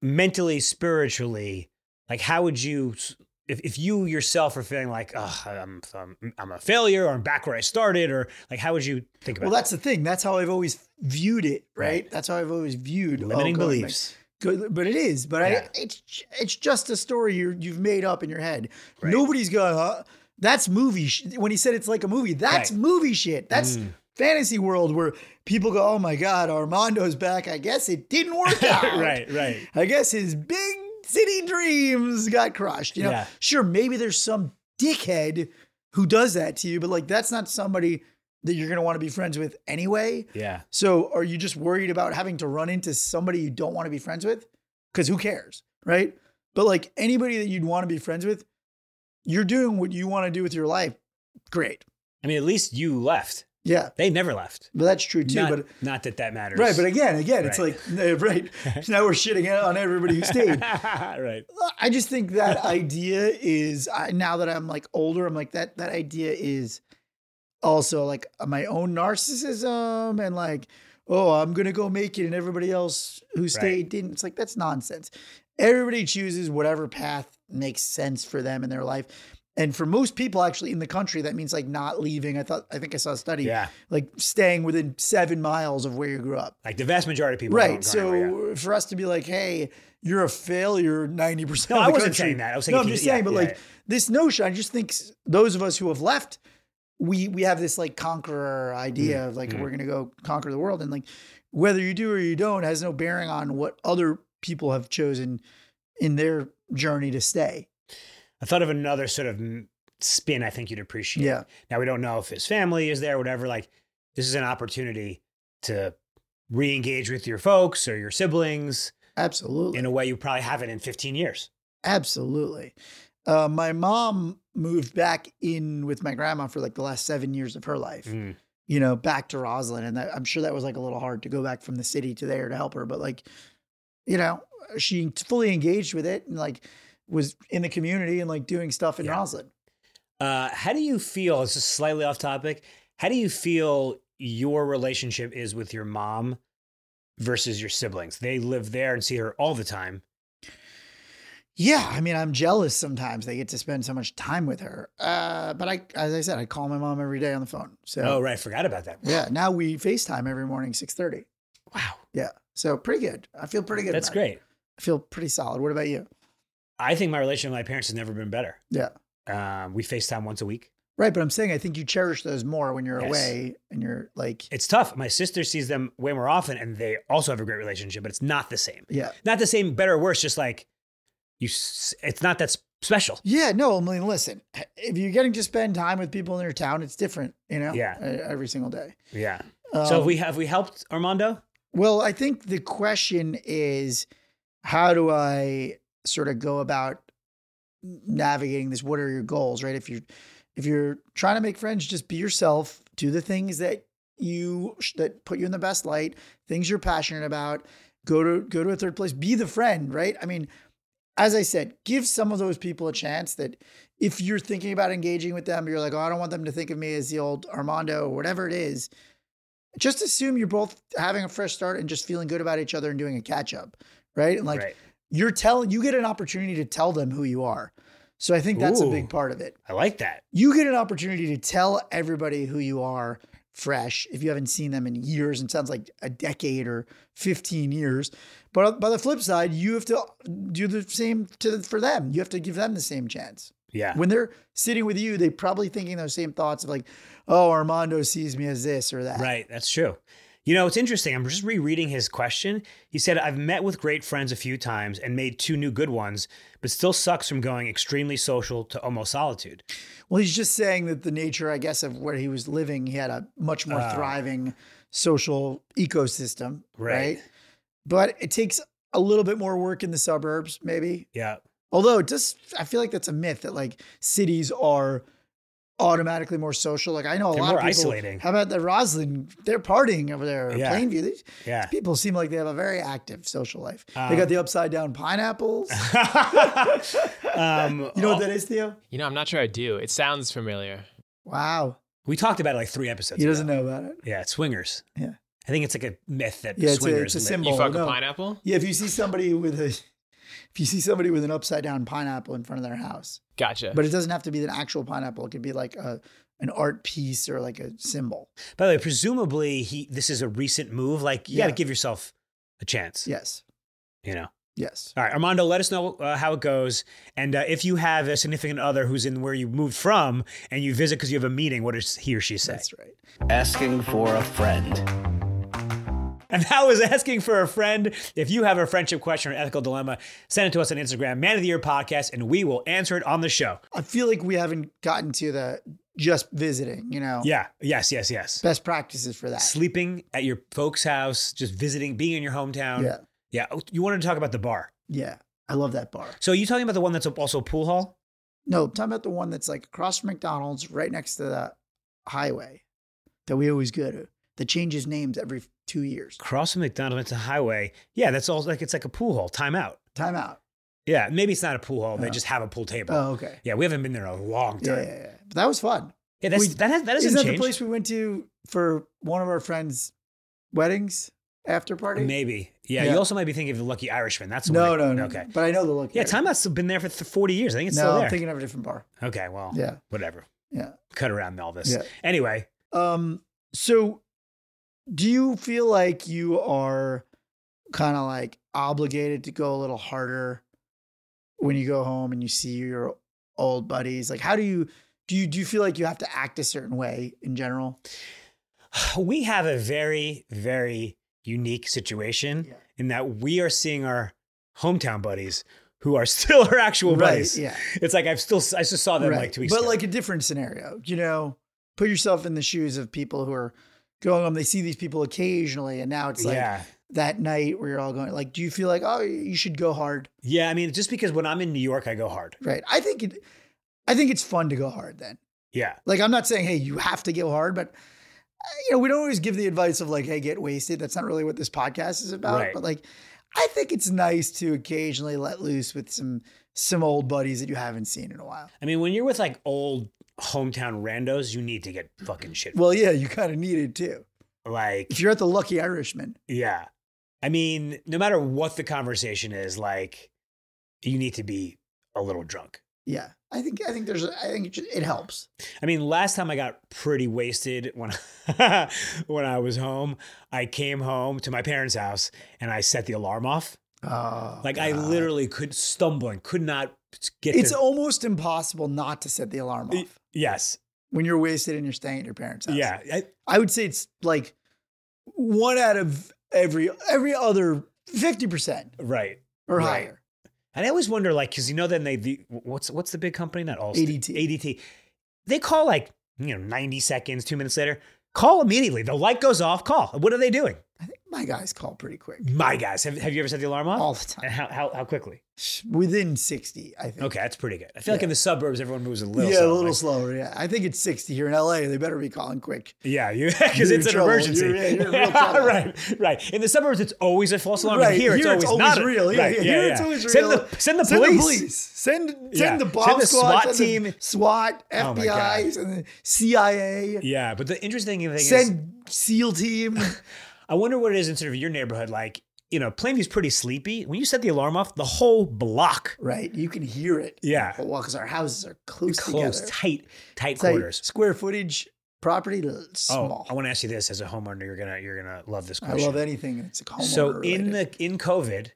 Speaker 1: mentally, spiritually, like how would you, if, if you yourself are feeling like, oh, I'm, I'm I'm a failure, or I'm back where I started, or like how would you think about?
Speaker 2: Well, that's the thing. That's how I've always viewed it, right?
Speaker 1: Right.
Speaker 2: That's how I've always viewed
Speaker 1: it?
Speaker 2: oh,
Speaker 1: limiting
Speaker 2: going back.
Speaker 1: beliefs.
Speaker 2: Good, but it is. But
Speaker 1: Yeah.
Speaker 2: I, it's it's just a story you you've made up in your head.
Speaker 1: Right.
Speaker 2: Nobody's going. Huh? That's movie. Sh-. When he said it's like a movie, that's
Speaker 1: Right. Mm.
Speaker 2: movie shit. That's fantasy world where people go, "Oh my god, Armando's back." I guess it didn't work out.
Speaker 1: right, right.
Speaker 2: I guess his big city dreams got crushed. You know,
Speaker 1: Yeah.
Speaker 2: sure, maybe there's some dickhead who does that to you, but like that's not somebody that you're gonna want to be friends with anyway.
Speaker 1: Yeah,
Speaker 2: So are you just worried about having to run into somebody you don't want to be friends with? Because who cares, right? But like anybody that you'd want to be friends with, you're doing what you want to do with your life. Great.
Speaker 1: I mean, at least you left.
Speaker 2: Yeah.
Speaker 1: They never left.
Speaker 2: But that's true too.
Speaker 1: not,
Speaker 2: but
Speaker 1: not that that matters.
Speaker 2: right. But again, again, it's
Speaker 1: Right.
Speaker 2: like, uh, right. now we're shitting out on everybody who stayed.
Speaker 1: right.
Speaker 2: I just think that idea is I, now that I'm like older, I'm like that that idea is also like uh, my own narcissism and like oh I'm gonna go make it and everybody else who stayed didn't. It's like that's nonsense. Everybody chooses whatever path makes sense for them in their life. And for most people, actually, in the country, that means like not leaving. I thought, I think I saw a study,
Speaker 1: Yeah.
Speaker 2: like staying within seven miles of where you grew up.
Speaker 1: Like the vast majority of people.
Speaker 2: Right.
Speaker 1: don't go
Speaker 2: So
Speaker 1: anywhere, yeah.
Speaker 2: for us to be like, hey, you're a failure 90%
Speaker 1: No,
Speaker 2: of
Speaker 1: I
Speaker 2: the
Speaker 1: wasn't
Speaker 2: country.
Speaker 1: saying that. I was
Speaker 2: no,
Speaker 1: thinking
Speaker 2: I'm
Speaker 1: if
Speaker 2: just
Speaker 1: you-
Speaker 2: saying,
Speaker 1: yeah,
Speaker 2: but
Speaker 1: yeah,
Speaker 2: like
Speaker 1: yeah.
Speaker 2: this notion, I just think s- those of us who have left, we we have this like conqueror idea
Speaker 1: Mm,
Speaker 2: of like we're gonna go conquer the world. And like whether you do or you don't has no bearing on what other people have chosen in their journey to stay.
Speaker 1: I thought of another sort of m- spin I think you'd appreciate.
Speaker 2: Yeah.
Speaker 1: Now we don't know if his family is there, whatever. Like this is an opportunity to re-engage with your folks or your siblings
Speaker 2: Absolutely.
Speaker 1: in a way you probably haven't in 15 years.
Speaker 2: Absolutely. Uh, my mom moved back in with my grandma for like the last seven years of her life.
Speaker 1: Mm.
Speaker 2: you know, back to Roslyn. And that, I'm sure that was like a little hard to go back from the city to there to help her. But like, you know, she fully engaged with it and like was in the community and like doing stuff in
Speaker 1: Yeah.
Speaker 2: Roslyn.
Speaker 1: Uh, how do you feel? This is slightly off topic. How do you feel your relationship is with your mom versus your siblings? They live there and see her all the time.
Speaker 2: Yeah, I mean, I'm jealous sometimes they get to spend so much time with her. Uh, but I, as I said, I call my mom every day on the phone. So
Speaker 1: Oh, right. I forgot about that.
Speaker 2: yeah, now we FaceTime every morning, 6.30.
Speaker 1: Wow.
Speaker 2: Yeah. So pretty good. I feel pretty good.
Speaker 1: That's
Speaker 2: about it.
Speaker 1: great.
Speaker 2: I feel pretty solid. What about you?
Speaker 1: I think my relationship with my parents has never been better.
Speaker 2: Yeah.
Speaker 1: Um, we FaceTime once a week.
Speaker 2: Right. But I'm saying I think you cherish those more when you're
Speaker 1: Yes.
Speaker 2: away and you're like,
Speaker 1: it's tough. My sister sees them way more often and they also have a great relationship, but it's not the same.
Speaker 2: yeah.
Speaker 1: Not the same, better or worse, just like you, s- it's not that s- special.
Speaker 2: Yeah, no, I mean, listen, if you're getting to spend time with people in your town, it's different, you know?
Speaker 1: Yeah.
Speaker 2: e- Every single day. Um,
Speaker 1: Yeah. so have we have we helped Armando?
Speaker 2: Well, I think the question is how do I sort of go about navigating this? What are your goals, right? If you're if you're trying to make friends, just be yourself, do the things that you that put you in the best light, things you're passionate about, go to go to a third place, be the friend, right? I mean, as I said, give some of those people a chance that if you're thinking about engaging with them, you're like, oh, I don't want them to think of me as the old Armando or whatever it is. Just assume you're both having a fresh start and just feeling good about each other and doing a catch up, right? And like
Speaker 1: right.
Speaker 2: you're telling, you get an opportunity to tell them who you are. So I think that's a
Speaker 1: Ooh.
Speaker 2: big part of it.
Speaker 1: I like that.
Speaker 2: You get an opportunity to tell everybody who you are fresh if you haven't seen them in years and sounds like a decade or 15 years. But by the flip side, you have to do the same to for them. You have to give them the same chance.
Speaker 1: Yeah.
Speaker 2: When they're sitting with you, they're probably thinking those same thoughts of like, oh, Armando sees me as this or that.
Speaker 1: Right. That's true. You know, it's interesting. I'm just rereading his question. He said, I've met with great friends a few times and made two new good ones, but still sucks from going extremely social to almost solitude.
Speaker 2: Well, he's just saying that the nature, I guess, of where he was living, he had a much more
Speaker 1: Ah.
Speaker 2: thriving social ecosystem,
Speaker 1: Right.
Speaker 2: right? But it takes a little bit more work in the suburbs, maybe.
Speaker 1: Yeah.
Speaker 2: Although it does, I feel like that's a myth that like cities are automatically more social. Like I know a
Speaker 1: They're
Speaker 2: lot
Speaker 1: more
Speaker 2: of people.
Speaker 1: isolating.
Speaker 2: How about the Roslyn? They're partying over there. in
Speaker 1: Yeah.
Speaker 2: Plainview. These
Speaker 1: Yeah.
Speaker 2: people seem like they have a very active social life.
Speaker 1: Um,
Speaker 2: they got the upside down pineapples.
Speaker 1: um,
Speaker 2: you know what that is, Theo?
Speaker 3: You know, I'm not sure I do. It sounds familiar.
Speaker 2: Wow,
Speaker 1: we talked about it like three episodes
Speaker 2: he doesn't
Speaker 1: ago.
Speaker 2: know about it.
Speaker 1: Yeah, it's swingers.
Speaker 2: Yeah.
Speaker 1: I think it's like a myth that
Speaker 2: Yeah, it's a-
Speaker 1: swingers
Speaker 2: it's a
Speaker 1: live-
Speaker 2: symbol.
Speaker 3: You
Speaker 2: Oh,
Speaker 3: fuck
Speaker 2: no.
Speaker 3: a pineapple?
Speaker 2: Yeah, if you see somebody with a if you see somebody with an upside down pineapple in front of their house,
Speaker 3: Gotcha.
Speaker 2: but it doesn't have to be an actual pineapple. It could be like a an art piece or like a symbol.
Speaker 1: By the way, presumably he this is a recent move. Like you got
Speaker 2: Yeah.
Speaker 1: to give yourself a chance.
Speaker 2: Yes,
Speaker 1: You know.
Speaker 2: yes.
Speaker 1: All right, Armando, let us know uh, how it goes, and uh, if you have a significant other who's in where you moved from and you visit because you have a meeting, what does he or she say?
Speaker 2: That's right.
Speaker 4: Asking for a friend.
Speaker 1: And that was asking for a friend. If you have a friendship question or ethical dilemma, send it to us on Instagram, Man of the Year Podcast, and we will answer it on the show.
Speaker 2: I feel like we haven't gotten to the just visiting. You know,
Speaker 1: Yeah. Yes. Yes. Yes.
Speaker 2: Oh. best practices for that.
Speaker 1: Sleeping at your folks' house, just visiting, being in your hometown.
Speaker 2: Yeah,
Speaker 1: Yeah. Oh, You wanted to talk about the bar.
Speaker 2: yeah. I love that bar.
Speaker 1: So are you talking about the one that's also a pool hall?
Speaker 2: No, I'm talking about the one that's like across from McDonald's, right next to the highway that we always go to. That changes names every two years.
Speaker 1: Across from McDonald's, it's a highway. Yeah, that's all like it's like a pool hall. Time out.
Speaker 2: Time out.
Speaker 1: Yeah, maybe it's not a pool hall. They
Speaker 2: Oh.
Speaker 1: just have a pool table.
Speaker 2: Oh, okay.
Speaker 1: Yeah, we haven't been there in a long
Speaker 2: Yeah,
Speaker 1: time.
Speaker 2: yeah,
Speaker 1: Yeah,
Speaker 2: yeah. But that was fun.
Speaker 1: that's,
Speaker 2: We-
Speaker 1: that, has, that
Speaker 2: Isn't
Speaker 1: doesn't
Speaker 2: that
Speaker 1: change.
Speaker 2: the place we went to for one of our friends' weddings after party?
Speaker 1: Maybe. Yeah,
Speaker 2: Yeah.
Speaker 1: you also might be thinking of the Lucky Irishman. That's the
Speaker 2: No,
Speaker 1: one I-
Speaker 2: no, no.
Speaker 1: Okay.
Speaker 2: But I know the look.
Speaker 1: Yeah,
Speaker 2: at it.
Speaker 1: Time Out's been there for th- 40 years. I think it's
Speaker 2: No,
Speaker 1: still
Speaker 2: I'm
Speaker 1: there. Oh.
Speaker 2: thinking of a different bar.
Speaker 1: okay, well,
Speaker 2: Yeah,
Speaker 1: whatever.
Speaker 2: yeah.
Speaker 1: Cut around all this.
Speaker 2: Yeah.
Speaker 1: Anyway,
Speaker 2: Um. So, do you feel like you are kind of like obligated to go a little harder when you go home and you see your old buddies? Like, how do you do? You do you feel like you have to act a certain way in general?
Speaker 1: we have a very, very unique situation
Speaker 2: Yeah.
Speaker 1: in that we are seeing our hometown buddies who are still our actual buddies.
Speaker 2: Yeah.
Speaker 1: It's like I've still, I just saw them
Speaker 2: Right.
Speaker 1: like two weeks
Speaker 2: but
Speaker 1: ago.
Speaker 2: like a different scenario, you know, put yourself in the shoes of people who are going home. They see these people occasionally, and now it's like
Speaker 1: yeah.
Speaker 2: that night where you're all going. Like, do you feel like oh, you should go hard?
Speaker 1: Yeah. I mean, just because when I'm in New York, I go hard.
Speaker 2: Right. I think it. I think it's fun to go hard. Then,
Speaker 1: Yeah.
Speaker 2: like, I'm not saying hey, you have to go hard, but uh, you know, we don't always give the advice of like hey, get wasted. That's not really what this podcast is about.
Speaker 1: Right.
Speaker 2: But like, I think it's nice to occasionally let loose with some some old buddies that you haven't seen in a while.
Speaker 1: I mean, when you're with like old hometown randos, you need to get fucking shit.
Speaker 2: Well, yeah, you kind of need it too.
Speaker 1: like,
Speaker 2: If you're at the Lucky Irishman.
Speaker 1: yeah. I mean, no matter what the conversation is, like, you need to be a little drunk.
Speaker 2: Yeah, I think I think there's I think it, ju- it helps.
Speaker 1: I mean, last time I got pretty wasted when when I was home, I came home to my parents' house and I set the alarm off.
Speaker 2: Oh,
Speaker 1: Like I
Speaker 2: God.
Speaker 1: literally could stumbling, could not get
Speaker 2: it's
Speaker 1: to-
Speaker 2: almost impossible not to set the alarm
Speaker 1: Y-
Speaker 2: off
Speaker 1: yes.
Speaker 2: when you're wasted and you're staying at your parents' house.
Speaker 1: Yeah. I-
Speaker 2: I would say it's like one out of every every other fifty percent
Speaker 1: right.
Speaker 2: or
Speaker 1: Right.
Speaker 2: higher.
Speaker 1: And I always wonder, like, because you know, then they the what's what's the big company? Not all
Speaker 2: ADT.
Speaker 1: ADT. They call like you know ninety seconds, two minutes later. Call immediately. The light goes off. Call. What are they doing?
Speaker 2: I think my guys call pretty quick
Speaker 1: My guys, have, have you ever set the alarm off?
Speaker 2: all the
Speaker 1: And
Speaker 2: time,
Speaker 1: how, how how quickly?
Speaker 2: within sixty. I think.
Speaker 1: Okay, that's pretty good. I feel like
Speaker 2: Yeah.
Speaker 1: in the suburbs, everyone moves a little.
Speaker 2: yeah,
Speaker 1: slower.
Speaker 2: a little
Speaker 1: Like,
Speaker 2: slower. Yeah, I think it's sixty here in LA. They better be calling quick.
Speaker 1: yeah, you because
Speaker 2: You're
Speaker 1: it's an
Speaker 2: in trouble.
Speaker 1: emergency.
Speaker 2: You're- yeah, you're in real trouble.
Speaker 1: right, right. In the suburbs, it's always a false alarm. and
Speaker 2: Right,
Speaker 1: here, it's
Speaker 2: here
Speaker 1: always
Speaker 2: it's
Speaker 1: not
Speaker 2: always
Speaker 1: a-
Speaker 2: real. Yeah,
Speaker 1: Right,
Speaker 2: yeah,
Speaker 1: yeah,
Speaker 2: here
Speaker 1: yeah.
Speaker 2: it's always
Speaker 1: send
Speaker 2: real.
Speaker 1: The, send the
Speaker 2: Send
Speaker 1: police.
Speaker 2: the police. Send send
Speaker 1: Yeah.
Speaker 2: the
Speaker 1: Send
Speaker 2: bomb
Speaker 1: the
Speaker 2: squad,
Speaker 1: SWAT
Speaker 2: send the
Speaker 1: team.
Speaker 2: SWAT,
Speaker 1: Oh my God.
Speaker 2: FBI, and the CIA.
Speaker 1: Yeah, but the interesting thing is,
Speaker 2: Send SEAL team.
Speaker 1: I wonder what it is in sort of your neighborhood. Like, you know, Plainview's pretty sleepy. When you set the alarm off, the whole block,
Speaker 2: right, you can hear it.
Speaker 1: yeah,
Speaker 2: Well, because our houses are close,
Speaker 1: close,
Speaker 2: together.
Speaker 1: tight, tight
Speaker 2: It's like
Speaker 1: quarters.
Speaker 2: square footage property l- small.
Speaker 1: Oh, I want to ask you this: as a homeowner, you're gonna you're gonna love this
Speaker 2: I,
Speaker 1: question.
Speaker 2: love anything that's a homeowner.
Speaker 1: So in
Speaker 2: related.
Speaker 1: the in COVID,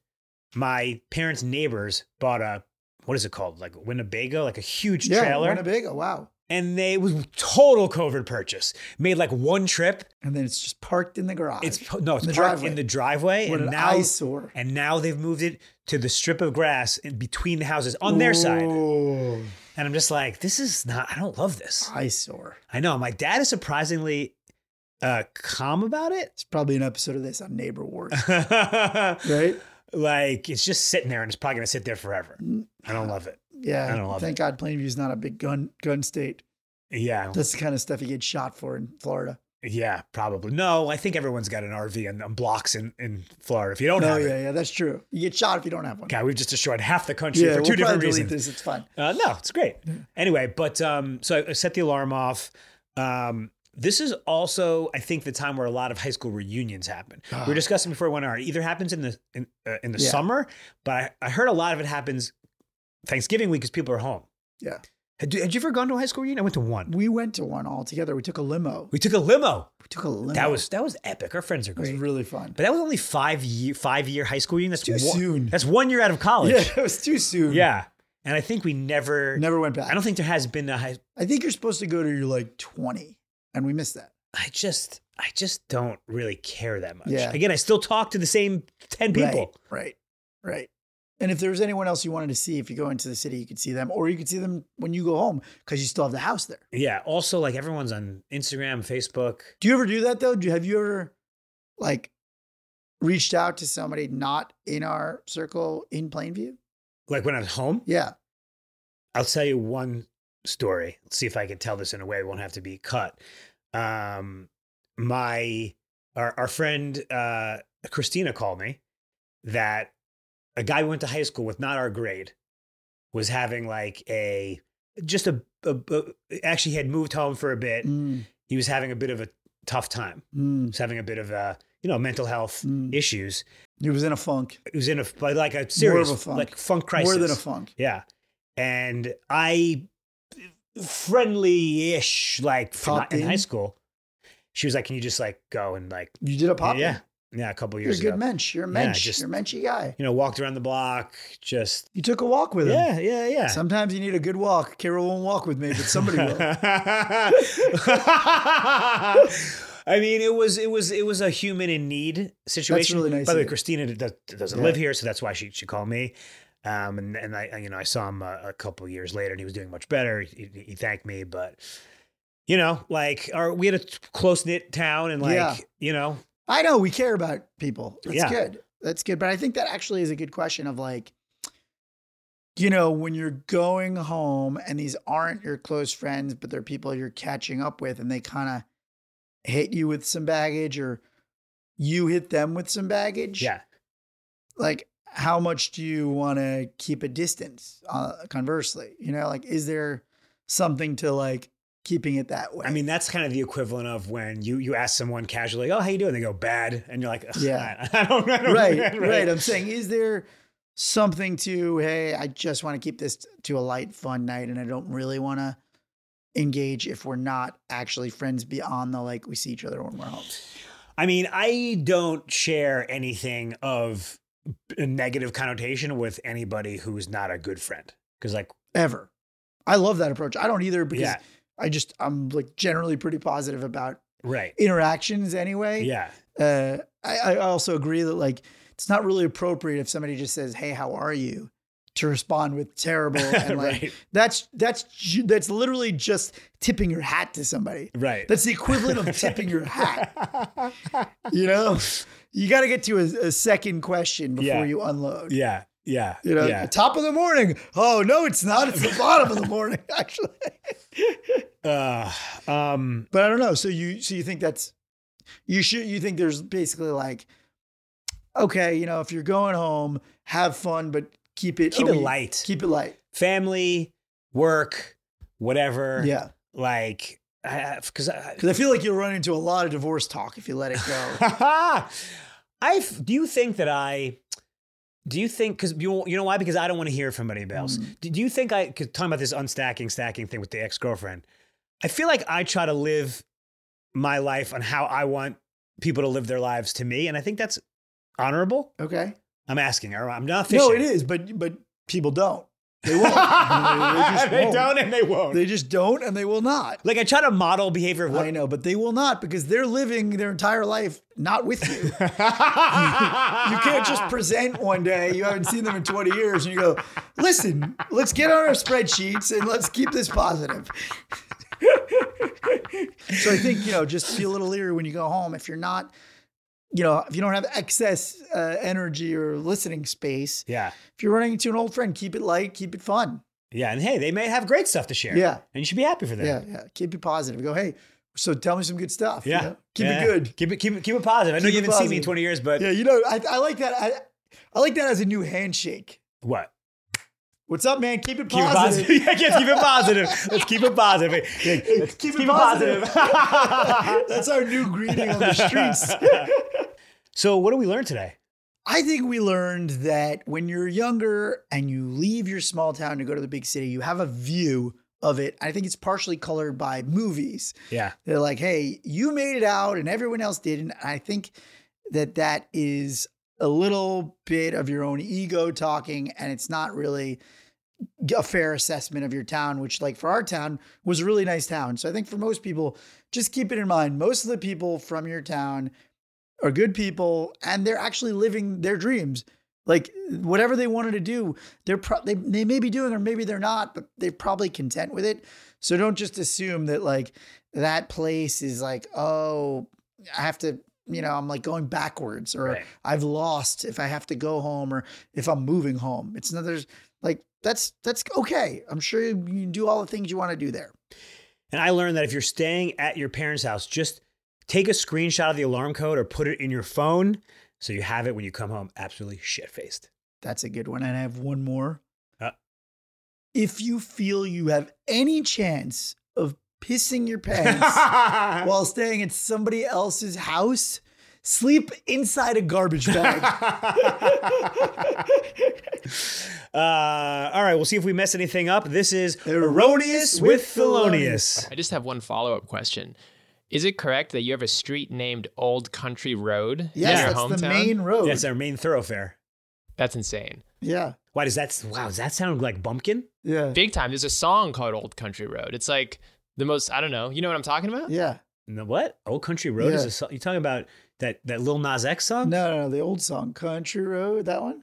Speaker 1: my parents' neighbors bought a what is it called? Like a Winnebago, like a huge
Speaker 2: yeah,
Speaker 1: trailer,
Speaker 2: Winnebago. oh, Wow.
Speaker 1: and they it was total COVID purchase. Made like one trip.
Speaker 2: and then it's just parked in the garage.
Speaker 1: It's po- no, it's
Speaker 2: In the
Speaker 1: parked
Speaker 2: driveway.
Speaker 1: in the driveway,
Speaker 2: What
Speaker 1: and
Speaker 2: an
Speaker 1: now
Speaker 2: eyesore.
Speaker 1: and now they've moved it to the strip of grass in between the houses on their side.
Speaker 2: Oh,
Speaker 1: And I'm just like, this is not. I don't love this.
Speaker 2: eyesore.
Speaker 1: I know my dad is surprisingly uh, calm about it.
Speaker 2: It's probably an episode of this on Neighbor Wars, right?
Speaker 1: like it's just sitting there, and it's probably gonna sit there forever.
Speaker 2: Mm.
Speaker 1: I don't love it.
Speaker 2: Yeah.
Speaker 1: I don't love
Speaker 2: Thank God Plainview's not a big gun gun state.
Speaker 1: Yeah,
Speaker 2: That's the kind of stuff you get shot for in Florida.
Speaker 1: yeah, probably. No, I think everyone's got an RV and, and blocks in in Florida. If you don't
Speaker 2: No,
Speaker 1: have it,
Speaker 2: Oh, yeah, yeah, that's true. You get shot if you don't have one.
Speaker 1: God, we've just destroyed half the country
Speaker 2: yeah,
Speaker 1: for two
Speaker 2: we'll
Speaker 1: different
Speaker 2: probably delete
Speaker 1: reasons.
Speaker 2: this. It's fine.
Speaker 1: Uh, no, it's great. Anyway, but um, so I set the alarm off. Um, this is also, I think, the time where a lot of high school reunions happen. we were discussing before one hour. It either happens in the in, uh, in the
Speaker 2: Ah. Yeah.
Speaker 1: summer, but I, I heard a lot of it happens Thanksgiving week because people are home.
Speaker 2: Yeah.
Speaker 1: Had, had you ever gone to a high school reunion? I went to one.
Speaker 2: We went to one all together. We took a limo.
Speaker 1: We took a limo.
Speaker 2: We took a limo.
Speaker 1: That was that was epic. Our friends are
Speaker 2: it was
Speaker 1: great.
Speaker 2: really fun.
Speaker 1: but that was only five year five year high school reunion. That's
Speaker 2: Too
Speaker 1: one,
Speaker 2: soon.
Speaker 1: That's one year out of college.
Speaker 2: Yeah, it was too soon.
Speaker 1: Yeah. And I think we never
Speaker 2: Never went back.
Speaker 1: I don't think there has been a high
Speaker 2: I think you're supposed to go to your like 20, and we missed that.
Speaker 1: I just I just don't really care that much.
Speaker 2: Yeah.
Speaker 1: Again, I still talk to the same ten people.
Speaker 2: Right, right, right. And if there was anyone else you wanted to see, if you go into the city, you could see them, or you could see them when you go home because you still have the house there.
Speaker 1: Yeah. Also, like everyone's on Instagram, Facebook.
Speaker 2: Do you ever do that though? Do you, have you ever like reached out to somebody not in our circle in Plainview?
Speaker 1: Like when I was home,
Speaker 2: Yeah.
Speaker 1: I'll tell you one story. Let's see if I can tell this in a way it won't have to be cut. Um, my our our friend uh, Christina called me that a guy we went to high school with, not our grade, was having like a just a, a, a actually had moved home for a bit.
Speaker 2: Mm,
Speaker 1: He was having a bit of a tough time.
Speaker 2: mm,
Speaker 1: was having a bit of uh, you know mental health
Speaker 2: Mm.
Speaker 1: issues.
Speaker 2: He was in a funk,
Speaker 1: It was in a but like a serious
Speaker 2: a funk.
Speaker 1: like funk crisis,
Speaker 2: more than a funk.
Speaker 1: Yeah, and I friendly ish like from
Speaker 2: Popped
Speaker 1: in high
Speaker 2: in?
Speaker 1: school. She was like, "Can you just like go and like
Speaker 2: You did a pop. in.
Speaker 1: yeah yeah a couple
Speaker 2: You're a
Speaker 1: years
Speaker 2: good
Speaker 1: ago
Speaker 2: mensch. You're a
Speaker 1: Yeah,
Speaker 2: mensch.
Speaker 1: just-
Speaker 2: You're a menschy guy.
Speaker 1: you know walked around the block just
Speaker 2: You took a walk with him.
Speaker 1: yeah yeah yeah."
Speaker 2: Sometimes you need a good walk. Carol won't walk with me, but somebody will.
Speaker 1: I mean, it was it was it was a human in need situation.
Speaker 2: really nice
Speaker 1: By the
Speaker 2: of
Speaker 1: way,
Speaker 2: you.
Speaker 1: Christina does, doesn't
Speaker 2: Yeah.
Speaker 1: live here, so that's why she she called me. Um, and and I you know I saw him a, a couple of years later, and he was doing much better. He, he- he thanked me, but you know, like our we had a close knit town, and like
Speaker 2: Yeah.
Speaker 1: you know,
Speaker 2: I know we care about people. That's
Speaker 1: Yeah.
Speaker 2: good. That's good. But I think that actually is a good question of like, you know, when you're going home and these aren't your close friends, but they're people you're catching up with and they kind of hit you with some baggage or you hit them with some baggage.
Speaker 1: yeah,
Speaker 2: Like, how much do you want to keep a distance? Uh, conversely, you know, like, is there something to like keeping it that way?
Speaker 1: I mean, that's kind of the equivalent of when you you ask someone casually, "Oh, how you doing?" They go, "Bad," and you're like, "Ugh,
Speaker 2: Yeah.
Speaker 1: I, I don't, I don't
Speaker 2: right,
Speaker 1: right,
Speaker 2: right, I'm saying, is there something to, hey, I just want to keep this to a light, fun night, and I don't really want to engage if we're not actually friends beyond the like we see each other when we're home.
Speaker 1: I mean, I don't share anything of a negative connotation with anybody who's not a good friend. Because, like,
Speaker 2: Ever. I love that approach. I don't either because
Speaker 1: Yeah.
Speaker 2: I just I'm like generally pretty positive about
Speaker 1: right.
Speaker 2: interactions anyway.
Speaker 1: Yeah.
Speaker 2: Uh I, I also agree that like it's not really appropriate if somebody just says, Hey, how are you? to respond with terrible and like
Speaker 1: right.
Speaker 2: That's that's ju- that's literally just tipping your hat to somebody.
Speaker 1: Right.
Speaker 2: That's the equivalent of tipping your hat. You know, you got to get to a, a second question before
Speaker 1: Yeah.
Speaker 2: you unload.
Speaker 1: yeah. Yeah.
Speaker 2: You know,
Speaker 1: yeah.
Speaker 2: top of the morning. Oh no, it's not. It's the bottom of the morning, actually.
Speaker 1: Uh, um,
Speaker 2: But I don't know. So you so you think that's you should you think there's basically like, okay, you know, if you're going home, have fun, but keep it
Speaker 1: Keep
Speaker 2: a
Speaker 1: it
Speaker 2: week-
Speaker 1: light.
Speaker 2: Keep it light.
Speaker 1: family, work, whatever.
Speaker 2: Yeah,
Speaker 1: Like, because I,
Speaker 2: because I feel like you'll run into a lot of divorce talk if you let it go.
Speaker 1: I do you think that I do you think because you, you know why because I don't want to hear from anybody else.
Speaker 2: Mm.
Speaker 1: Do, do you think I cause talking about this unstacking stacking thing with the ex girlfriend? I feel like I try to live my life on how I want people to live their lives to me, and I think that's honorable.
Speaker 2: okay.
Speaker 1: I'm asking, or I'm not fishing.
Speaker 2: No, it is, but but people don't. They won't. they just
Speaker 1: they
Speaker 2: won't.
Speaker 1: don't and they won't.
Speaker 2: They just don't, and they will not.
Speaker 1: like I try to model behavior of
Speaker 2: I
Speaker 1: what
Speaker 2: know, but they will not because they're living their entire life not with you. You can't just present one day you haven't seen them in 20 years and you go, listen, let's get on our spreadsheets and let's keep this positive. so I think, you know, just be a little leery when you go home. If you're not, you know, if you don't have excess uh, energy or listening space,
Speaker 1: Yeah.
Speaker 2: if you're running into an old friend, keep it light, keep it fun.
Speaker 1: Yeah. And hey, they may have great stuff to share.
Speaker 2: Yeah.
Speaker 1: And you should be happy for them.
Speaker 2: Yeah. Yeah. Keep it positive. Go, hey, so tell me some good stuff. you
Speaker 1: Yeah.
Speaker 2: know? Keep
Speaker 1: Yeah.
Speaker 2: it good.
Speaker 1: Keep it keep it keep it positive. I know
Speaker 2: Keep
Speaker 1: you
Speaker 2: it
Speaker 1: haven't seen me in
Speaker 2: positive.
Speaker 1: 20 years, but
Speaker 2: Yeah, you know, I, I like that. I, I like that as a new handshake.
Speaker 1: what?
Speaker 2: What's up, man? Keep it
Speaker 1: Keep it
Speaker 2: positive.
Speaker 1: positive. yeah, yeah, keep it positive. Let's keep it positive. Yeah, let's
Speaker 2: Keep it
Speaker 1: positive.
Speaker 2: That's our new greeting on the streets.
Speaker 1: so what do we learn today?
Speaker 2: I think we learned that when you're younger and you leave your small town to go to the big city, you have a view of it. I think it's partially colored by movies.
Speaker 1: Yeah.
Speaker 2: They're like, hey, you made it out and everyone else didn't. And I think that that is a little bit of your own ego talking and it's not really a fair assessment of your town, which, like, for our town was a really nice town. So I think for most people, just keep it in mind most of the people from your town are good people and they're actually living their dreams. Like whatever they wanted to do, they're pro- they they may be doing or maybe they're not, but they're probably content with it. So don't just assume that like that place is like oh I have to you know I'm like going backwards or
Speaker 1: Right.
Speaker 2: I've lost if I have to go home or if I'm moving home. It's not there's like that's that's okay. I'm sure you can do all the things you want to do there.
Speaker 1: And I learned that if you're staying at your parents' house, just take a screenshot of the alarm code or put it in your phone so you have it when you come home absolutely shit faced.
Speaker 2: That's a good one. And I have one more.
Speaker 1: Uh.
Speaker 2: if you feel you have any chance of pissing your pants
Speaker 1: Uh,
Speaker 2: while staying at somebody else's house, sleep inside a garbage bag.
Speaker 1: Uh, all right, we'll see if we mess anything up. This is Erroneous
Speaker 2: Erroneous with
Speaker 1: with Thelonious.
Speaker 3: I just have one follow up question. Is it correct that you have a street named Old Country Road
Speaker 2: yes,
Speaker 3: in your
Speaker 2: that's the
Speaker 3: hometown?
Speaker 2: main road.
Speaker 1: That's our main thoroughfare.
Speaker 3: That's insane.
Speaker 2: yeah.
Speaker 1: Why does that? Wow, does that sound like Bumpkin?
Speaker 2: Yeah.
Speaker 3: Big time. There's a song called Old Country Road. It's like the most, I don't know. You know what I'm talking about?
Speaker 2: Yeah.
Speaker 1: No, what? Old Country Road is
Speaker 2: Yeah.
Speaker 1: a song. You talking about that that Lil Nas X
Speaker 2: No,
Speaker 1: song?
Speaker 2: no, no. The old song, Country Road, that one?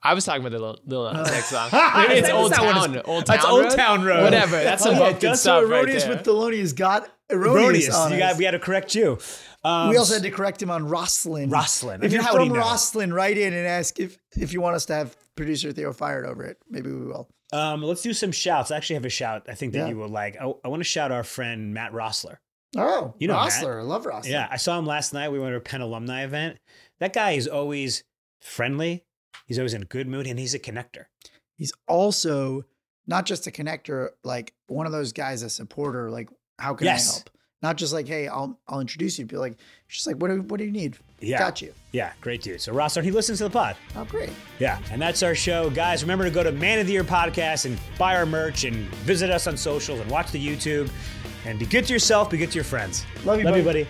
Speaker 3: I was talking about the Lil, Lil Nas
Speaker 2: Oh.
Speaker 3: X song.
Speaker 1: That's-
Speaker 3: Maybe it's
Speaker 1: that's
Speaker 3: Old
Speaker 1: not what it's-
Speaker 3: Town. Old Town
Speaker 1: that's Old Town Road.
Speaker 3: Whatever. That's some
Speaker 2: Oh, yeah,
Speaker 3: Bumpkin
Speaker 2: that's
Speaker 3: stuff
Speaker 2: so erroneous
Speaker 3: right there.
Speaker 2: with Thelonious got erroneous.
Speaker 1: Erroneous.
Speaker 2: on
Speaker 1: You
Speaker 2: us.
Speaker 1: got, we had to correct you. Um,
Speaker 2: we also had to correct him on Rosslyn.
Speaker 1: Rosslyn. I
Speaker 2: If
Speaker 1: mean,
Speaker 2: you're
Speaker 1: how would he
Speaker 2: from
Speaker 1: know?
Speaker 2: Rosslyn, write in and ask if if you want us to have producer Theo fired over it. Maybe we will.
Speaker 1: Um, let's do some shouts. I actually have a shout. I think that
Speaker 2: Yeah.
Speaker 1: you will like. Oh, I, I want to shout our friend Matt Rossler.
Speaker 2: Oh,
Speaker 1: You know
Speaker 2: Rossler. I love Rossler.
Speaker 1: Yeah, I saw him last night. We went to a Penn alumni event. That guy is always friendly. He's always in a good mood, and he's a connector.
Speaker 2: He's also not just a connector, like one of those guys, a supporter. Like, how can
Speaker 1: Yes.
Speaker 2: I help? Not just like, hey, I'll I'll introduce you. Be like, just like, what do what do you need?
Speaker 1: Yeah.
Speaker 2: Got you.
Speaker 1: Yeah, great dude. So Rossler, he listens to the pod.
Speaker 2: Oh, great.
Speaker 1: Yeah, and that's our show, guys. Remember to go to Man of the Year podcast and buy our merch and visit us on socials and watch the YouTube and be good to yourself, be good to your friends.
Speaker 2: Love you,
Speaker 1: Love you,
Speaker 2: buddy.
Speaker 1: buddy.